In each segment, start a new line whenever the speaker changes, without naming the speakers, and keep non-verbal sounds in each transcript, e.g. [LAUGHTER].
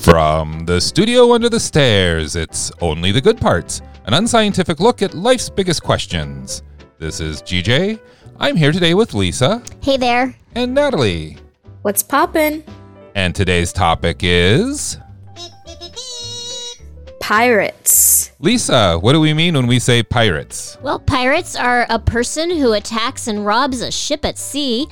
From the studio under the stairs, it's Only the Good Parts, an unscientific look at life's biggest questions. This is GJ. I'm here today with Lisa
Hey there.
and Natalie.
What's poppin'?
And today's topic is
Pirates.
Lisa, what do we mean when we say pirates?
Well, pirates are a person who attacks and robs a ship at sea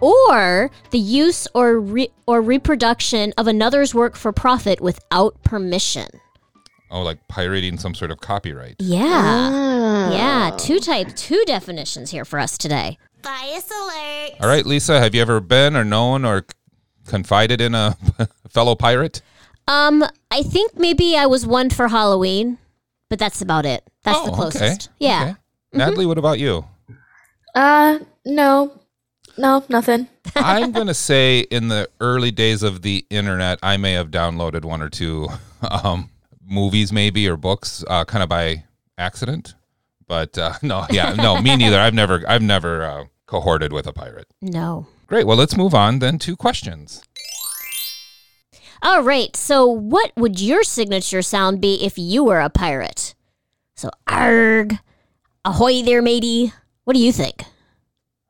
or the use or re- or reproduction of another's work for profit without permission.
Oh, like pirating some sort of copyright.
Yeah. Yeah,
Oh.
two type two definitions here for us today.
All right, Lisa, have you ever been or known or confided in a [LAUGHS] fellow pirate?
Um I think maybe I was one for Halloween, but that's about it. That's the
Oh,
closest.
okay.
Yeah.
Okay.
Mm-hmm.
Natalie, what about you?
Uh, no. No, nothing.
I'm going to say in the early days of the internet, I may have downloaded one or two um, movies, maybe, or books, uh, kind of by accident. But uh, [LAUGHS] no, yeah, no, me neither. I've never, I've never uh, cohorted with a pirate.
No.
Great. Well, let's move on then to questions.
All right. So, what would your signature sound be if you were a pirate? So, arg, ahoy there, matey. What do you think?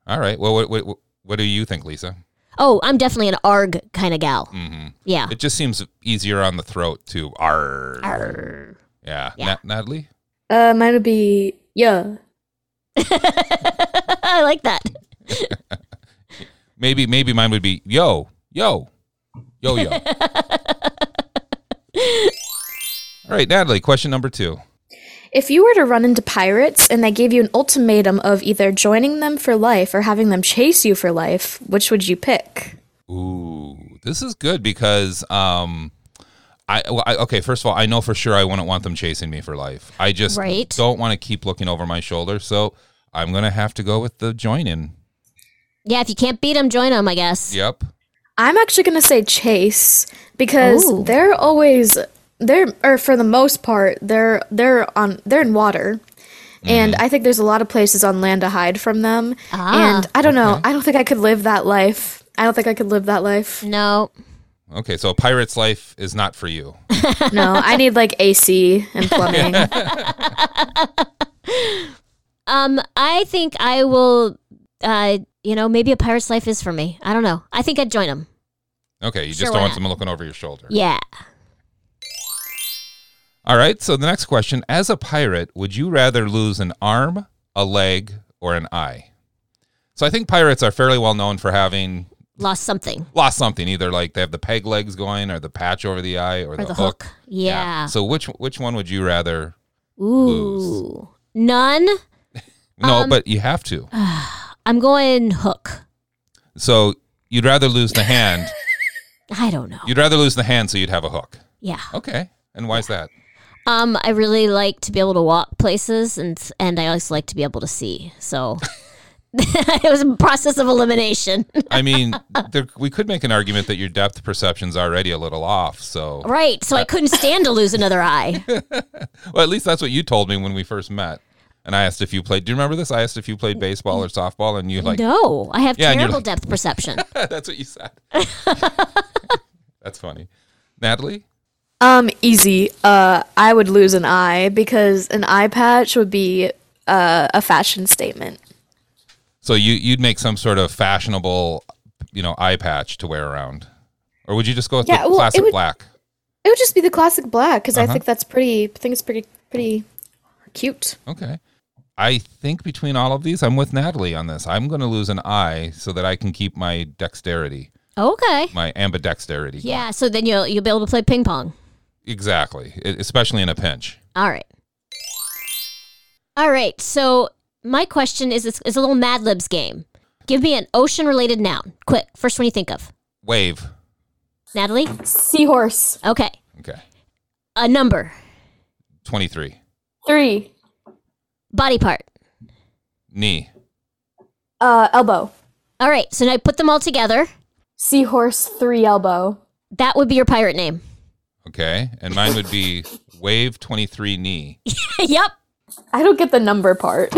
All right. Well, what, what, what do you think, Lisa?
Oh, I'm definitely an arg kind of gal.
hmm
Yeah.
It just seems easier on the throat to arr.
Arg.
Yeah.
Yeah.
Na- Natalie?
Uh, mine would be yeah.
[LAUGHS] I like that.
Maybe, maybe mine would be yo, yo, yo,
[LAUGHS]
yo. All right, Natalie, question number two.
If you were to run into pirates and they gave you an ultimatum of either joining them for life or having them chase you for life, which would you pick?
Ooh, this is good because um, I, well, I okay. First of all, I know for sure I wouldn't want them chasing me for life. I just
Right.
don't want to keep looking over my shoulder, so I'm gonna have to go with the join in.
Yeah, if you can't beat 'em, join 'em, I guess.
Yep.
I'm actually gonna say chase because
Ooh.
they're always they're or for the most part they're they're on they're in water. And I think there's a lot of places on land to hide from them.
Ah.
and I don't know. I don't think I could live that life. I don't think I could live that life.
No.
Okay, so pirate's life is not for you.
No, I need like AC and plumbing.
Um, I think I will, uh, you know, maybe a pirate's life is for me. I don't know. I think I'd join 'em.
Okay, you
Sure,
just
why
don't want
not?
someone looking over your shoulder.
Yeah.
All right. So the next question: As a pirate, would you rather lose an arm, a leg, or an eye? So I think pirates are fairly well known for having
Lost something.
lost something, either like they have the peg legs going, or the patch over the eye, or,
Or the hook. Yeah.
So which which one would you rather?
Ooh. None.
No,
Um,
but you have to.
I'm going hook.
So you'd rather lose the hand. [LAUGHS]
I don't know.
you'd rather lose the hand, so you'd have a hook.
Yeah.
Okay. And why's that?
Um, I really like to be able to walk places, and and I also like to be able to see. So [LAUGHS] it was a process of elimination, [LAUGHS]
I mean, there, we could make an argument that your depth perception's already a little off. So
right? So I couldn't stand to lose another eye.
Well, at least that's what you told me when we first met. And I asked if you played. Do you remember this? I asked if you played baseball or softball, and you [LAUGHS] like, [LAUGHS]
no, I have
Yeah, and you're
terrible
like-
depth perception.
that's what you
[LAUGHS]
said. that's funny. Natalie,
um, easy. Uh, I would lose an eye because an eye patch would be uh, a fashion statement.
so you you'd make some sort of fashionable, you know, eye patch to wear around, or would you just go with
Yeah,
the
well, it
classic
would-
black?
It would just be the classic black because I think that's pretty. I think it's pretty pretty cute.
Okay. I think between all of these, I'm with Natalie on this. I'm going to lose an eye so that I can keep my dexterity,
okay.
my ambidexterity. going.
Yeah. So then you'll you'll be able to play ping pong.
Exactly. e- especially in a pinch.
All right. All right. So my question is: it's, it's a little Mad Libs game. Give me an ocean related noun, quick. First one you think of,
Wave.
Natalie.
Seahorse.
Okay.
Okay.
A number,
23.
Three.
body part.
Knee.
Uh, elbow.
All right, so now put them all together.
Seahorse. Three elbow.
That would be your pirate name. [LAUGHS]
Okay. And mine would be Wave 23 Knee.
yep.
I don't get the number part. [LAUGHS]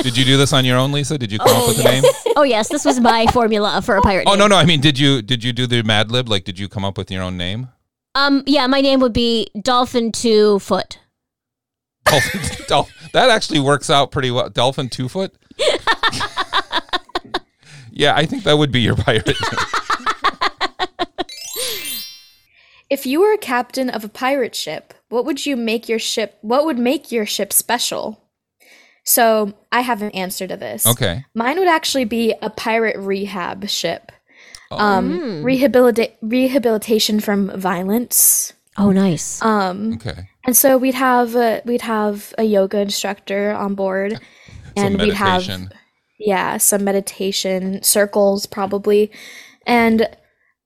Did you do this on your own, Lisa? Did you come up with a name?
Oh yes, this was my formula for a pirate.
Oh
name.
no, no. I mean, did you did you do the Mad Lib? Like, did you come up with your own name?
Um, yeah, my name would be Dolphin Two Foot.
Dolphin, [LAUGHS] Dol- that actually works out pretty well. Dolphin two foot. yeah, I think that would be your [LAUGHS] pirate. name.
If you were a captain of a pirate ship, what would you make your ship? What would make your ship special? So I have an answer to this.
Okay.
Mine would actually be a pirate rehab ship.
Oh.
Um, rehabilita- rehabilitation from violence.
Oh, nice.
Um,
Okay.
and so we'd have a, we'd have a yoga instructor on board,
Some
and we'd have
meditation.
yeah some meditation circles probably, and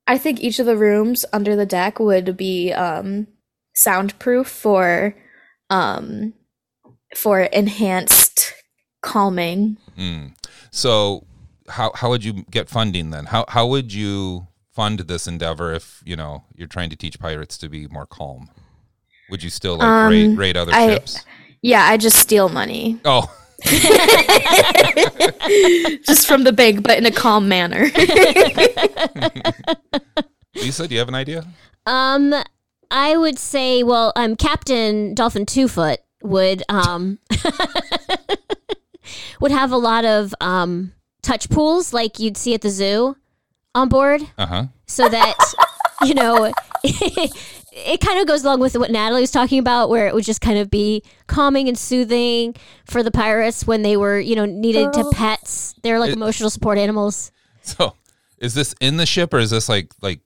I think each of the rooms under the deck would be um, soundproof for um, for enhanced calming.
Mm. So, how how would you get funding then? How how would you fund this endeavor if you know you're trying to teach pirates to be more calm? Would you still like rate
Um,
rate other
I-
ships?
Yeah, I just steal money.
Oh, [LAUGHS]
just from the bank, but in a calm manner.
Lisa, do you have an idea?
Um, I would say, well, um, Captain Dolphin Two Foot would um [LAUGHS] would have a lot of um touch pools like you'd see at the zoo on board,
Uh huh.
so that you know. [LAUGHS] It kind of goes along with what Natalie was talking about, where it would just kind of be calming and soothing for the pirates when they were, you know, needed
Oh.
to pets. They're like
It-
emotional support animals.
[LAUGHS] So, is this in the ship or is this like like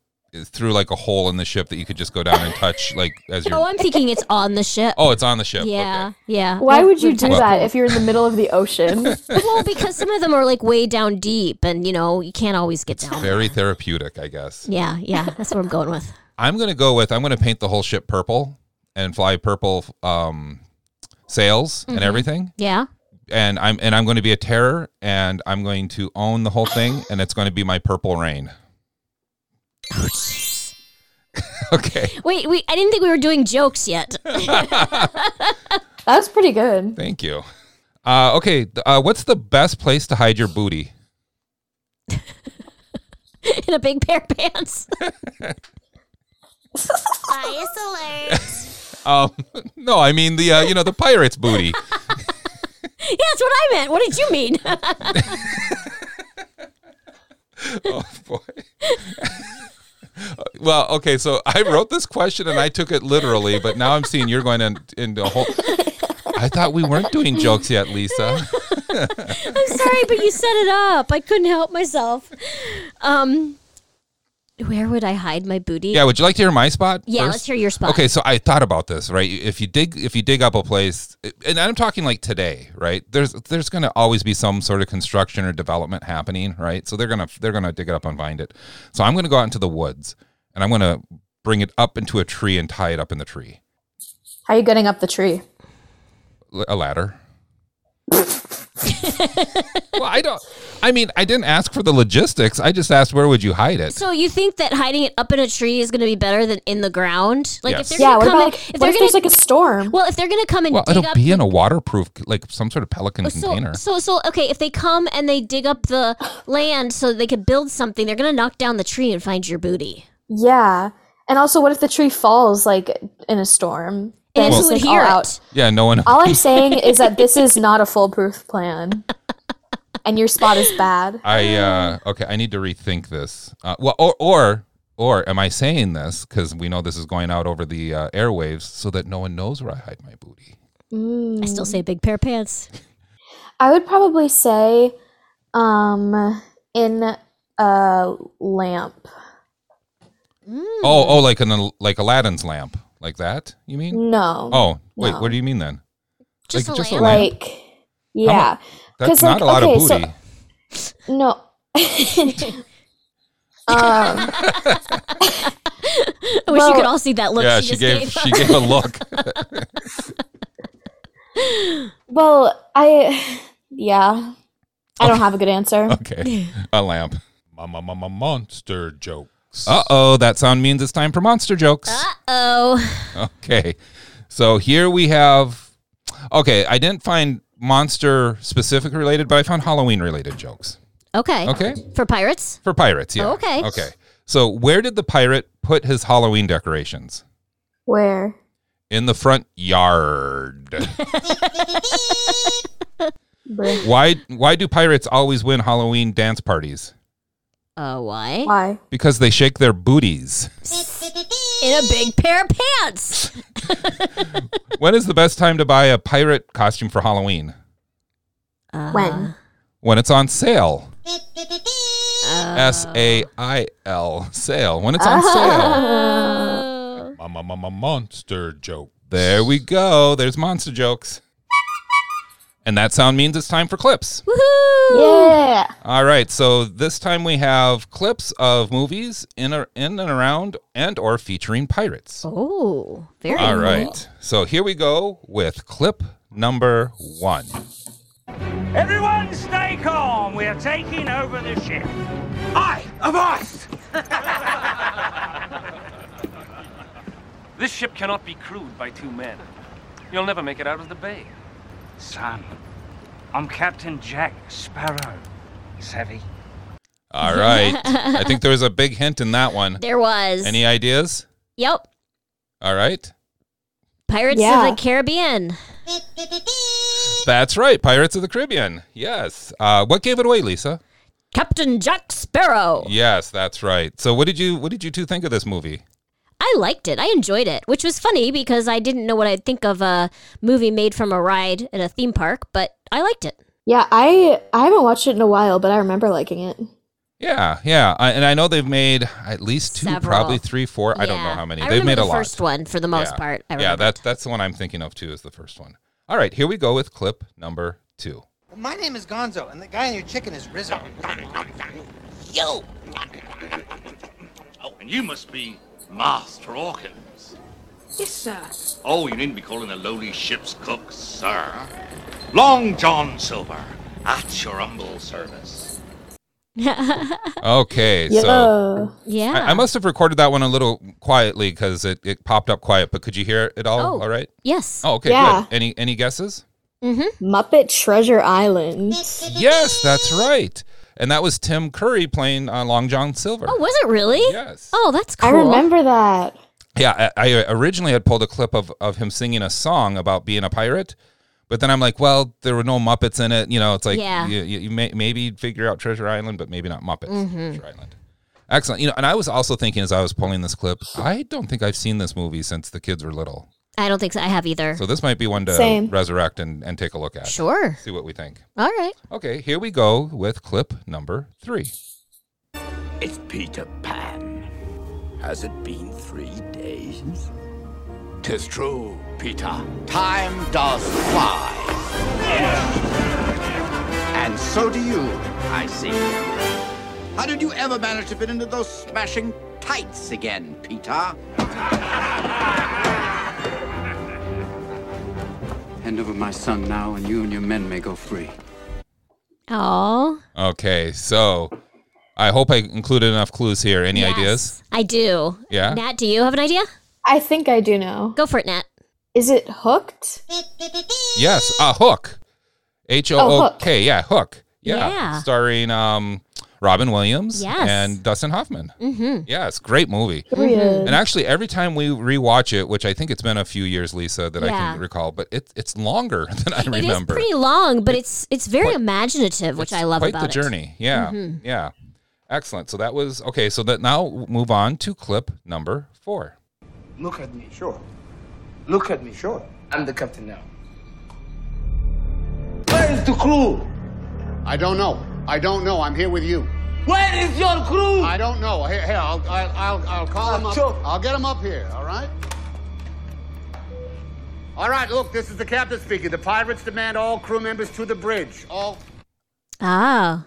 through like a hole in the ship that you could just go down and touch like as
Oh, [LAUGHS]
you're?
I'm thinking it's on the ship.
Oh, it's on the ship.
yeah,
Okay.
[LAUGHS]
yeah.
Why
With-
would you
with
do
touch
that
pools.
if you're in the middle of the ocean?
[LAUGHS] well, because some of them are like way down deep, and you know you can't always get down.
Very therapeutic, I guess.
Yeah, yeah, that's what I'm going with.
I'm gonna go with I'm gonna paint the whole ship purple and fly purple um, sails and everything.
Yeah,
and I'm and I'm going to be a terror, and I'm going to own the whole thing, and it's going to be my purple rain. [LAUGHS] okay,
wait, we I didn't think we were doing jokes yet.
That was pretty good.
thank you. Uh, okay, th- uh, what's the best place to hide your booty?
In a big pair of pants. [LAUGHS] Bias alert.
Um, [LAUGHS] no, I mean the uh, you know the pirate's booty.
Yeah, that's what I meant. What did you mean? [LAUGHS]
oh boy. [LAUGHS] well, okay, so I wrote this question and I took it literally, but now I'm seeing you're going in, into a whole. I thought we weren't doing jokes yet, Lisa.
I'm sorry, but you set it up. I couldn't help myself. Um, where would I hide my booty?
Yeah, would you like to hear my spot?
Yeah, let
first?
let's hear your spot.
Okay, so I thought about this, right? If you dig if you dig up a place, and I'm talking like today, right? There's there's going to always be some sort of construction or development happening, right? So they're going to they're going to dig it up and find it. So I'm going to go out into the woods and I'm going to bring it up into a tree and tie it up in the tree.
How are you getting up the tree?
L- A ladder. [LAUGHS] well, I don't I mean, I didn't ask for the logistics. I just asked where would you hide it?
So you think that hiding it up in a tree is going to be better than in the ground? Like
Yes.
if they're
Yeah,
going
what
to come
about
in,
like, what
if they're
if
going
there's
to
like a storm?
well, if they're going to come and
well,
dig
it'll
up Oh,
be in a waterproof like some sort of pelican
so,
container.
so so okay if they come and they dig
[GASPS]
up the land so they could build something they're gonna knock down the tree and find your booty
yeah. And also, what if the tree falls like in a storm?
and
Then
who
it's,
would
like,
hear
all
it
out.
Yeah, no one
All I'm saying is that this is not a foolproof plan, and your spot is bad.
I uh okay, I need to rethink this. Uh, well, or or or am I saying this because we know this is going out over the uh, airwaves so that no one knows where I hide my booty?
I still say big pair of pants
Mm. I would probably say, um, in a lamp.
Hmm.
Oh, oh, like an like Aladdin's lamp, like that? You mean?
Mm,
No,
Oh, wait,
No.
what do you mean then?
just
Like,
a
just a
lamp
lamp.
like, yeah.
That's
'Cause, like,
not a lot of
okay, so-
booty.
[LAUGHS]
No. um,
I wish you
Well-
could all see that look
yeah,
she,
she
just
gave
gave,
she gave a
[LAUGHS]
look.
well, I, yeah, I don't have a good answer.
okay, a lamp. Mama, mama, monster jokes. Uh oh, that sound means it's [LAUGHS] time for monster jokes.
oh
Okay. So here we have Okay, I didn't find monster specific related, but I found Halloween related jokes.
Okay.
Okay,
For pirates?
for pirates, yeah.
Okay.
Okay. So where did the pirate put his Halloween decorations?
Where?
In the front yard.
Bleh.
why? Why do pirates always win Halloween dance parties?
Uh,
[LAUGHS]
why?
Why?
Because they shake their booties.
In a big pair of pants.
when is the best time to buy a pirate costume for Halloween?
Uh,
When?
When it's on sale. S A I L sale. When it's on sale.
Oh.
Mama, mama, monster joke.
There we go. There's monster jokes. And that sound means it's time for clips.
Woohoo!
Yeah.
All right, so this time we have clips of movies in or, in and around and or featuring pirates.
Oh, very
All right. So here we go with clip number 1.
Everyone stay calm. We're taking over the ship. I am us!
This ship cannot be crewed by two men. You'll never make it out of the bay.
Son, I'm Captain Jack Sparrow. Savvy.
All right. I think there was a big hint in that one.
There was.
Any ideas?
yep.
All right.
Pirates
Yeah.
of the Caribbean.
That's right. Pirates of the Caribbean. Yes. Uh, what gave it away, Lisa?
Captain Jack Sparrow.
Yes, that's right. So what did you what did you two think of this movie?
I liked it. I enjoyed it, which was funny because I didn't know what I'd think of a movie made from a ride at a theme park, but I liked it.
Yeah, I I haven't watched it in a while, but I remember liking it.
Yeah, yeah. I, and I know they've made at least two,
Several.
probably three, four. I don't know
Yeah.
how many.
I
they've
remember
made
the
a lot.
first one for the most part. I
yeah,
remember.
that, that's the one I'm thinking of too, is the first one. All right, here we go with clip number two.
My name is Gonzo, and the guy on your chicken is Rizzo.
You! Oh, and you must be Master Hawkins.
Yes, sir.
Oh, you needn't be calling a lowly ship's cook, sir. Long John Silver, at your humble service.
[LAUGHS]
Okay,
Yeah.
so
[LAUGHS] yeah.
I, I must have recorded that one a little quietly because it, it popped up quiet, but could you hear it all?
Oh.
All right.
yes.
Oh, okay,
Yeah.
good. Any any guesses?
Muppet Treasure Island.
Yes, that's right. And that was Tim Curry playing uh, Long John Silver.
Oh, was it really?
Yes.
Oh, that's cool.
I remember that.
Yeah, I, I originally had pulled a clip of, of him singing a song about being a pirate, but then I'm like, well, there were no Muppets in it. You know, it's like
Yeah.
you, you, you may, maybe figure out Treasure Island, but maybe not Muppets.
Mm-hmm.
Treasure Island. Excellent. You know, and I was also thinking as I was pulling this clip, I don't think I've seen this movie since the kids were little.
I don't think so. I have either.
So this might be one to
Same.
resurrect and, and take a look at.
sure.
See what we think.
All right.
Okay, here we go with clip number three.
It's Peter Pan. Has it been three days? Tis true, Peter. Time does fly. And so do you, I see. How did you ever manage to fit into those smashing tights again, Peter? Hand over my son now, and you and your men may go free.
Oh.
Okay, so I hope I included enough clues here. Any ideas?
I do.
Yeah?
Nat, do you have an idea?
I think I do know.
Go for it, Nat.
Is it Hooked?
Yes, a hook. H O
Oh,
O
Hook.
K. Yeah, hook. Yeah.
Yeah.
Starring um, Robin Williams
Yes.
and Dustin Hoffman. Mm-hmm. Yes, great movie.
Mm-hmm.
Period.
And actually, every time we rewatch it, which I think it's been a few years, Lisa, that I
Yeah.
can recall, but it, it's longer [LAUGHS] than I
It is
remember.
pretty long, but it's it's very imaginative, which
It's
I love
quite
about
the
it. Mm-hmm.
journey. Yeah, yeah, excellent. So that was okay. So that now move on to clip number four.
Look at me, sure. Look at me, sure. I'm the captain now. Where is the crew?
I don't know. I don't know. I'm here with you.
Where is your crew?
I don't know. Here, here I'll, I'll, I'll, I'll call him up.
Sure.
I'll get him up here, all right? All right, look, this is the captain speaking. The pirates demand all crew members to the bridge. All
Oh.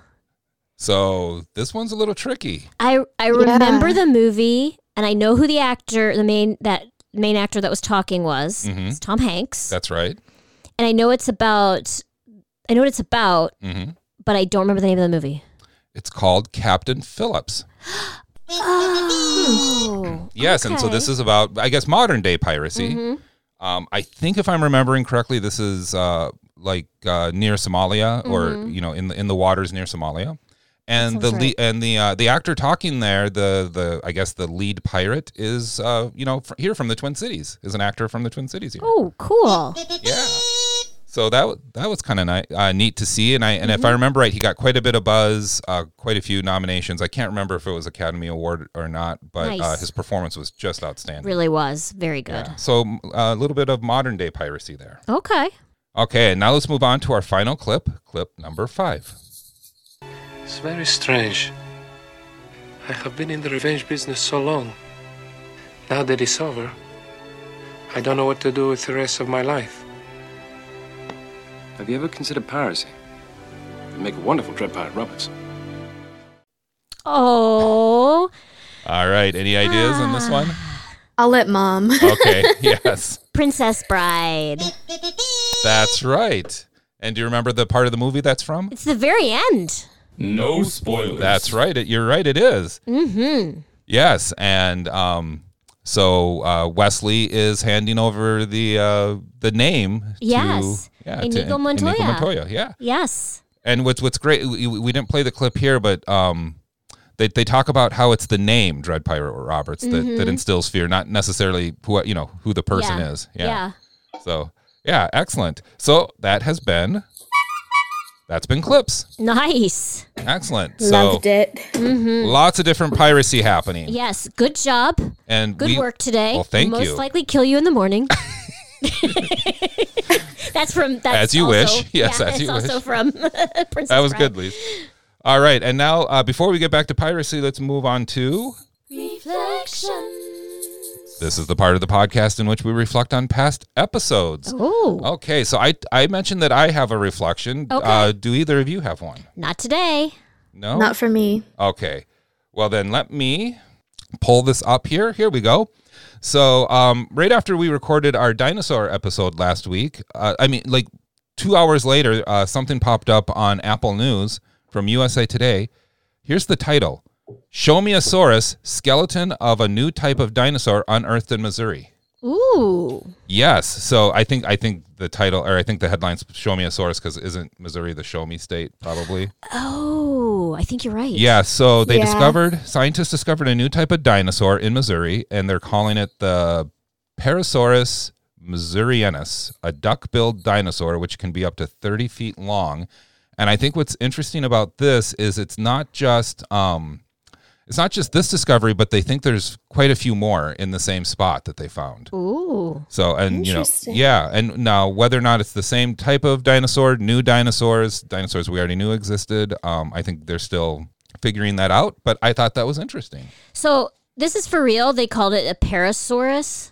So this one's a little tricky.
I I remember the movie and I know who the actor the main that main actor that was talking was.
Mm-hmm.
It's Tom Hanks.
That's right.
and I know it's about I know what it's about,
Mhm.
but I don't remember the name of the movie.
It's called Captain Phillips.
Oh.
Yes, and so
Okay.
Oh. this is about, I guess, modern day piracy.
Mm-hmm.
Um, I think if I'm remembering correctly, this is uh, like uh, near Somalia,
Mm-hmm.
or you know, in the in the waters near Somalia. And the lea- and the uh, the actor talking there, the the I guess the lead pirate is uh, you know fr- here from the Twin Cities is an actor from the Twin Cities here.
Oh, cool.
Yeah. So that w- that was kind of ni- uh, neat to see, and I and
Mm-hmm.
if I remember right, he got quite a bit of buzz, uh, quite a few nominations. I can't remember if it was Academy Award or not, but uh,
Nice.
his performance was just outstanding.
Really was very good.
So m- a little bit of modern day piracy there.
Okay.
Okay, now let's move on to our final clip, clip number five.
It's very strange. I have been in the revenge business so long. Now that it's over, I don't know what to do with the rest of my life.
Have you ever considered piracy? You'd make a wonderful Dread Pirate Roberts.
Oh,
All right, any ideas on this one?
Ah.
I'll let
[LAUGHS]
mom.
Okay, yes,
Princess Bride.
that's right. And do you remember the part of the movie that's from?
It's the very end.
No spoilers. That's right. It, you're right. It is.
Mm-hmm.
Yes, and um, so uh, Wesley is handing over the uh, the name.
Yes.
to, yeah,
Inigo
to In-
Montoya.
Inigo Montoya. Yeah,
Yes.
and what's what's great, we, we didn't play the clip here, but um, they they talk about how it's the name Dread Pirate Roberts that, that
Mhm.
instills fear, not necessarily who you know who the person
Yeah.
is. So yeah, excellent. So that has been that's been clips.
Nice.
Excellent.
[LAUGHS] Loved
so
it.
Mm-hmm.
lots of different piracy happening.
Yes. Good job.
And
Good
we-
work today.
Well, thank
Most
you.
likely kill you in
[LAUGHS]
the morning. that's from that's
As you
also-
wish. Yes,
[LAUGHS] yeah,
as
it's
you
also
wish.
from [LAUGHS] Princess
that was
Bride.
good, Lise. All right, and now uh, before we get back to piracy, let's move on to this is the part of the podcast in which we reflect on past episodes.
Oh,
Okay, so I I mentioned that I have a reflection.
Okay.
Uh, do either of you have one?
not today.
No.
Not for me.
Okay. Well, then let me pull this up here. Here we go. So, um, right after we recorded our dinosaur episode last week, uh, I mean, like two hours later, uh, something popped up on Apple News from USA Today. Here's the title Show Me a Saurus, skeleton of a new type of dinosaur unearthed in Missouri.
Ooh.
Yes. So I think I think the title or I think the headlines show me a source because isn't Missouri the show me state probably?
Oh, I think you're right.
Yeah, so they
Yeah.
discovered scientists discovered a new type of dinosaur in Missouri, and they're calling it the Parasaurus missourianus, a duck-billed dinosaur which can be up to 30 feet long. And I think what's interesting about this is it's not just um, it's not just this discovery, but they think there's quite a few more in the same spot that they found.
Ooh.
So and you know
Interesting.
yeah and now whether or not it's the same type of dinosaur, new dinosaurs, dinosaurs we already knew existed, um, I think they're still figuring that out. But I thought that was interesting.
So this is for real. They called it a parasaurus. And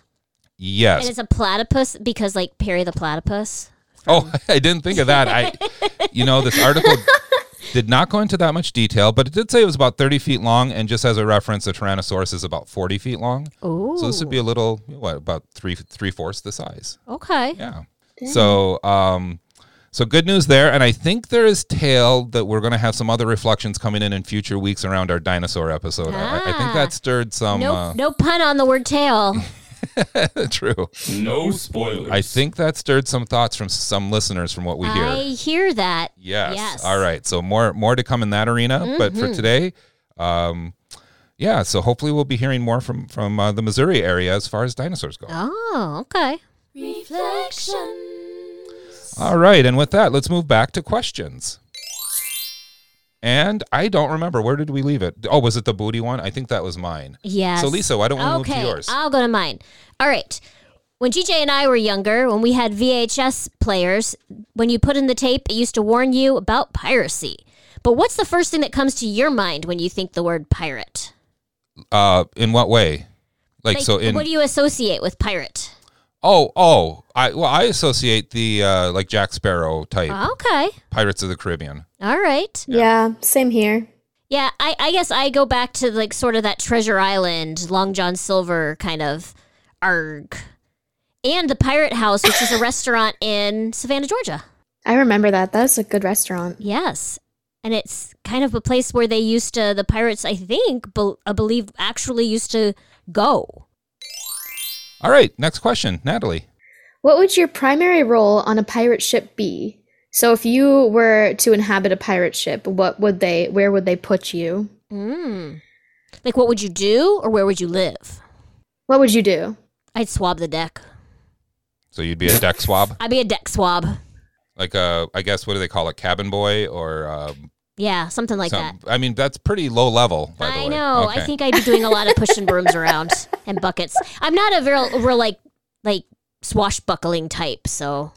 Yes.
it's a platypus because like Perry the platypus.
Oh, [LAUGHS] I didn't think of that.
[LAUGHS]
I, you know, this article did not go into that much detail, but it did say it was about thirty feet long, and just as a reference, the Tyrannosaurus is about forty feet long.
Ooh.
So this would be a little what about three three fourths the size.
Okay.
Yeah. So, um, so good news there, and I think there is tale that we're going to have some other reflections coming in in future weeks around our dinosaur episode. I, I think
Ah.
that stirred some.
no,
uh,
no pun on the word tail.
[LAUGHS] true. No spoilers. I think that stirred some thoughts from some listeners from what [LAUGHS] we hear.
I hear that.
Yes.
Yes.
All right. So more more to come in that arena, but for
Mhm.
today, um, yeah. So hopefully we'll be hearing more from from uh, the Missouri area as far as dinosaurs go.
Oh, okay. Reflection.
All right, and with that, let's move back to questions. And I don't remember where did we leave it. Oh, was it the booty one? I think that was mine.
Yes.
So Lisa, why don't we move to
Okay, uh,
yours?
I'll go to mine. All right. When GJ and I were younger, when we had VHS players, when you put in the tape, it used to warn you about piracy. But what's the first thing that comes to your mind when you think the word pirate?
Uh, in what way? Like, so in
what do you associate with pirate?
oh oh I well I associate the uh, like Jack Sparrow type
Oh, Okay.
Pirates of the Caribbean.
All right.
Yeah, same here.
Yeah, I, I guess I go back to like sort of that Treasure Island, Long John Silver kind of arg. And the Pirate House, which is a [LAUGHS] restaurant in Savannah, Georgia.
I remember that. That was a good restaurant.
Yes. And it's kind of a place where they used to, the pirates, I think, bel I believe, actually used to go.
All right, next question, Natalie.
What would your primary role on a pirate ship be? So if you were to inhabit a pirate ship, what would they where would they put you?
Mm. Like, what would you do, or where would you live?
What would you do?
I'd swab the deck.
So you'd be a deck swab,
I'd be a deck swab.
like a I guess what do they call it, cabin boy or um,
Yeah, something like that.
some- I mean, that's pretty low level. By the
I
way.
know. I
Okay.
think I'd be doing a lot
[LAUGHS]
of pushing brooms around and buckets. I'm not a real, real like, like swashbuckling type. So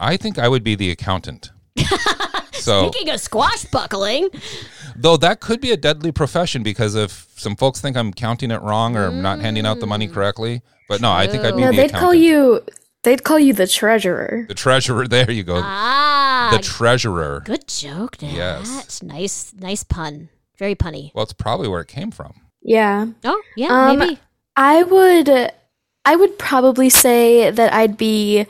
I think I would be the
[LAUGHS]
accountant. so
speaking of swashbuckling,
Though that could be a deadly profession because if some folks think I'm counting it wrong or I'm not handing out the
Mm.
money correctly, but no, I think I'd be
No,
the
they'd
accountant.
call you they'd call you the treasurer.
[LAUGHS] the treasurer. [LAUGHS] There you go.
ah,
the treasurer.
good joke. Dad.
Yes.
nice, nice pun. Very punny.
Well, it's probably where it came from.
Yeah.
Oh yeah,
Um,
maybe.
I would I would probably say that I'd be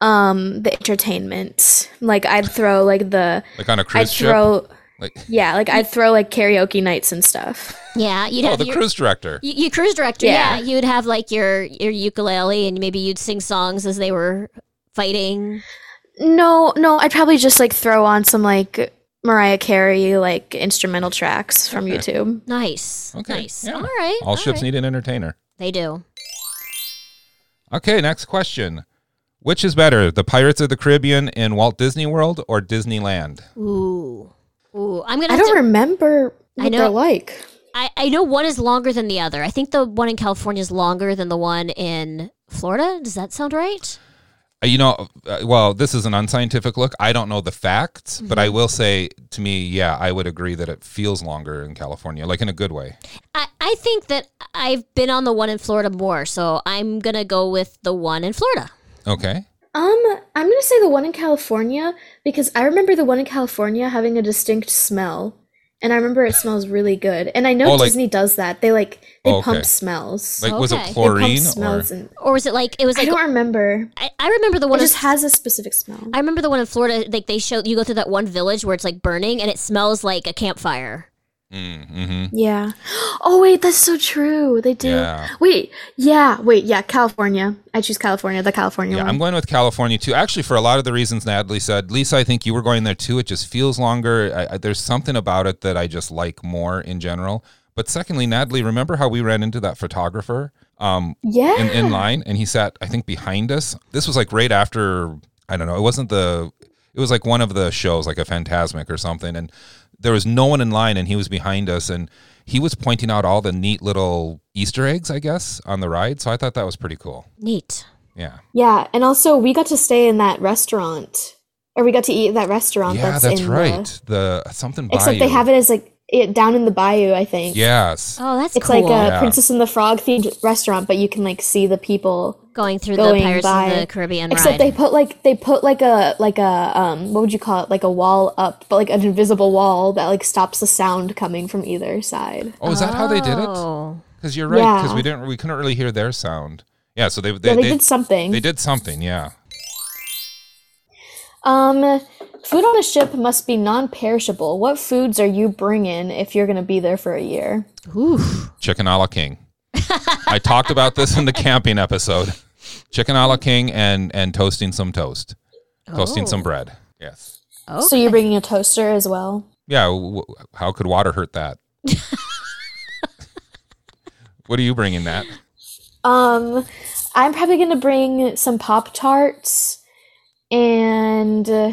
um the entertainment. Like I'd throw like the
Like on a cruise
I'd
ship?
throw
Like
yeah, like I'd throw like karaoke nights and stuff.
[LAUGHS] Yeah, you'd
oh,
have
the
your,
cruise director.
You, you cruise director, yeah.
Yeah.
You'd have like your your ukulele, and maybe you'd sing songs as they were fighting.
No, no, I'd probably just like throw on some like Mariah Carey like instrumental tracks from YouTube.
Nice,
Okay,
nice.
yeah.
All right,
All ships
right.
need an entertainer.
They do.
Okay, next question. Which is better, the Pirates of the Caribbean in Walt Disney World or Disneyland?
Ooh, ooh. I'm gonna.
I
have
don't
to-
remember
I
what
know-
they're like.
I, I know one is longer than the other. I think the one in California is longer than the one in Florida. Does that sound right?
Uh, You know, uh, well, this is an unscientific look. I don't know the facts, but I will say to me, yeah, I would agree that it feels longer in California, like in a good way.
I, I think that I've been on the one in Florida more, so I'm gonna go with the one in Florida.
Okay.
Um, I'm gonna say the one in California because I remember the one in California having a distinct smell, and I remember it smells really good. And I know
Oh, like-
Disney does that. They like they
Oh, okay.
pump smells.
Like, was it
Okay. They pump
They pump
chlorine? Or,
smells and
Or was it like it was
I
like
don't remember.
I, I remember the one
It
in-
just has a specific smell.
I remember the one in Florida. Like they show you go through that one village where it's like burning and it smells like a campfire.
mm, hmm
Yeah. Oh wait, that's so true. They do.
Yeah.
Wait. Yeah. Wait. Yeah. California. I choose California. The California
Yeah,
one.
I'm going with California too. Actually, for a lot of the reasons Natalie said, Lisa, I think you were going there too. It just feels longer. I, I, there's something about it that I just like more in general. But secondly, Natalie, remember how we ran into that photographer um,
yeah.
in, in line and he sat, I think, behind us? This was like right after, I don't know, it wasn't the, it was like one of the shows, like a Fantasmic or something. And there was no one in line and he was behind us and he was pointing out all the neat little Easter eggs, I guess, on the ride. So I thought that was pretty cool.
Neat.
Yeah.
Yeah, and also we got to stay in that restaurant, or we got to eat at that restaurant.
Yeah,
that's,
that's,
in
right.
The,
The, something bayou.
except they have it as like it down in the bayou. I think.
Yes.
Oh, that's
It's
cool.
like a
Yeah.
Princess and the Frog themed restaurant, but you can like see the people
going through
going
the Pirates
by.
of the Caribbean ride.
Except they put like they put like a like a um what would you call it like a wall up, but like an invisible wall that like stops the sound coming from either side.
Oh, is that how they did it?
Oh.
Because you're right. Because
Yeah.
we didn't. We couldn't really hear their sound. Yeah. So they they,
yeah, they,
they,
did something.
they did something. Yeah.
Um, food on a ship must be non-perishable. What foods are you bringing if you're gonna be there for a year?
Oof.
Chicken a la king. I talked about this in the camping episode. Chicken a la king and and toasting some toast, toasting some
Oh.
bread. Yes.
Okay.
So you're bringing a toaster as well?
Yeah. W- w- how could water hurt that? what are you bringing that?
Um, I'm probably gonna bring some Pop Tarts and uh,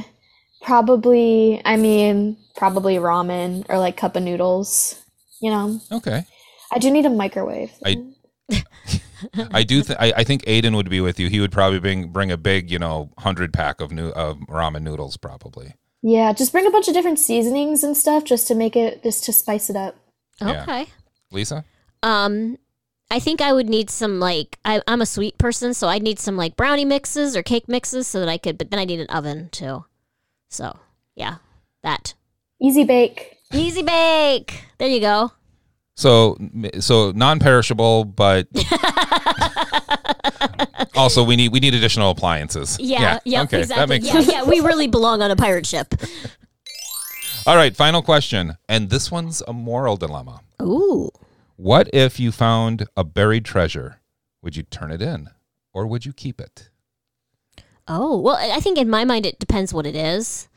probably, I mean, probably ramen or like cup of noodles. You know,
Okay.
I do need a microwave.
I- I do. Th- I, I think Aiden would be with you. He would probably bring bring a big, you know, hundred pack of new of ramen noodles, probably.
Yeah, just bring a bunch of different seasonings and stuff just to make it, just to spice it up.
Yeah.
Okay.
Lisa,
Um, I think I would need some like I, I'm a sweet person, so I'd need some like brownie mixes or cake mixes so that I could. But then I need an oven too. So yeah, that
Easy bake.
easy bake. There you go.
so so non-perishable, but
[LAUGHS]
also we need we need additional appliances.
Yeah. Yeah.
okay,
exactly.
that makes
yeah.
sense.
Yeah. We really belong on a pirate ship.
All right, final question, and this one's a moral dilemma.
Ooh.
What if you found a buried treasure? Would you turn it in, or would you keep it?
Oh, well, I I think in my mind it depends what it is.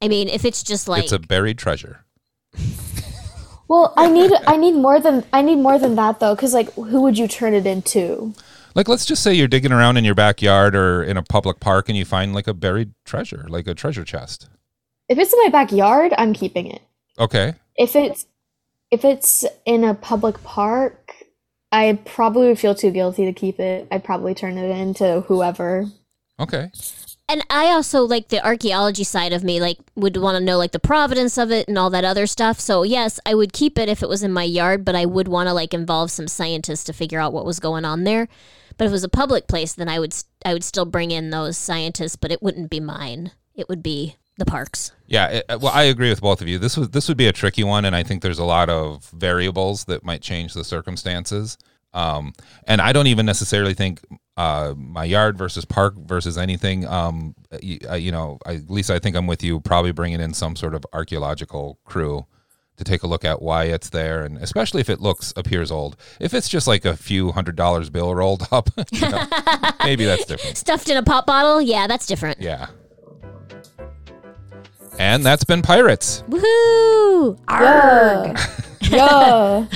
I mean, if it's just like
it's a buried treasure.
Well, I need I need more than I need more than that though, because like, who would you turn it into?
Like, let's just say you're digging around in your backyard or in a public park and you find like a buried treasure, like a treasure chest.
If it's in my backyard, I'm keeping it.
Okay.
If it's if it's in a public park, I probably would feel too guilty to keep it. I'd probably turn it into whoever.
Okay.
And I also like the archaeology side of me, like would want to know like the providence of it and all that other stuff. So yes, I would keep it if it was in my yard, but I would want to like involve some scientists to figure out what was going on there. But if it was a public place, then I would s- I would still bring in those scientists, but it wouldn't be mine. It would be the parks.
Yeah, it, uh, well, I agree with both of you. This was this would be a tricky one, and I think there's a lot of variables that might change the circumstances. Um, and I don't even necessarily think uh, my yard versus park versus anything. Um, you, uh, you know, I, Lisa, I think I'm with you. Probably bringing in some sort of archaeological crew to take a look at why it's there, and especially if it looks appears old. If it's just like a few hundred dollars bill rolled [LAUGHS] up, you know, maybe that's different.
Stuffed in a pop bottle? Yeah, that's different.
Yeah. And that's been Pirates.
Woohoo! Arg!
Yeah.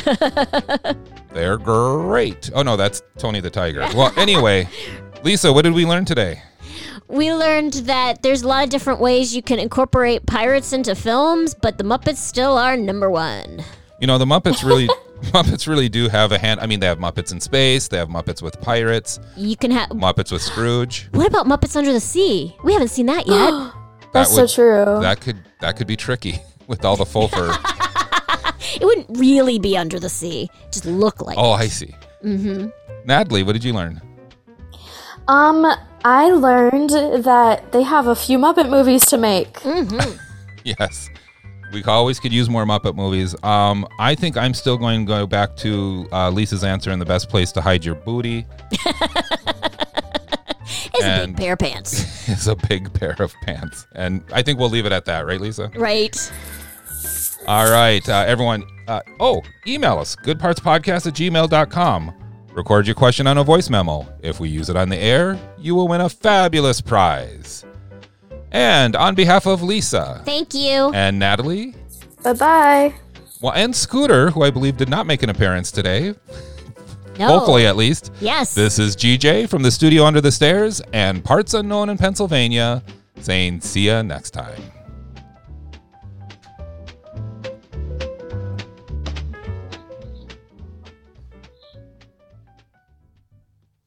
They're great. Oh no, that's Tony the Tiger. Well,
[LAUGHS]
anyway, Lisa, what did we learn today?
We learned that there's a lot of different ways you can incorporate pirates into films, but the Muppets still are number one.
You know, the Muppets
[LAUGHS]
really Muppets really do have a hand. I mean, they have Muppets in space, they have Muppets with pirates,
You can have.
Muppets with Scrooge.
What about Muppets Under the Sea? We haven't seen that yet.
That's so true.
That could that could be tricky [LAUGHS] with all the faux
[LAUGHS]
fur.
it wouldn't really be under the sea. It'd Just look like.
oh, I see.
Mm-hmm.
Natalie, what did you learn? [LAUGHS]
Um, I learned that they have a few Muppet movies to make.
Mm-hmm.
Yes. We always could use more Muppet movies. Um, I think I'm still going to go back to uh, Lisa's answer in the best place to hide your booty.
It's a
And-
big pair
[LAUGHS]
of pants,
is a big pair of pants. And I think we'll leave it at that, right, Lisa?
right?
All right, uh, everyone. Uh, oh, email us goodpartspodcast at gmail.com. Record your question on a voice memo. If we use it on the air, you will win a fabulous prize. And on behalf of Lisa
Thank you.
and Natalie,
Bye bye.
well, and Scooter, who I believe did not make an appearance today,
No.
hopefully at least,
Yes.
This is GJ from the studio under the stairs and parts unknown in Pennsylvania saying see ya next time.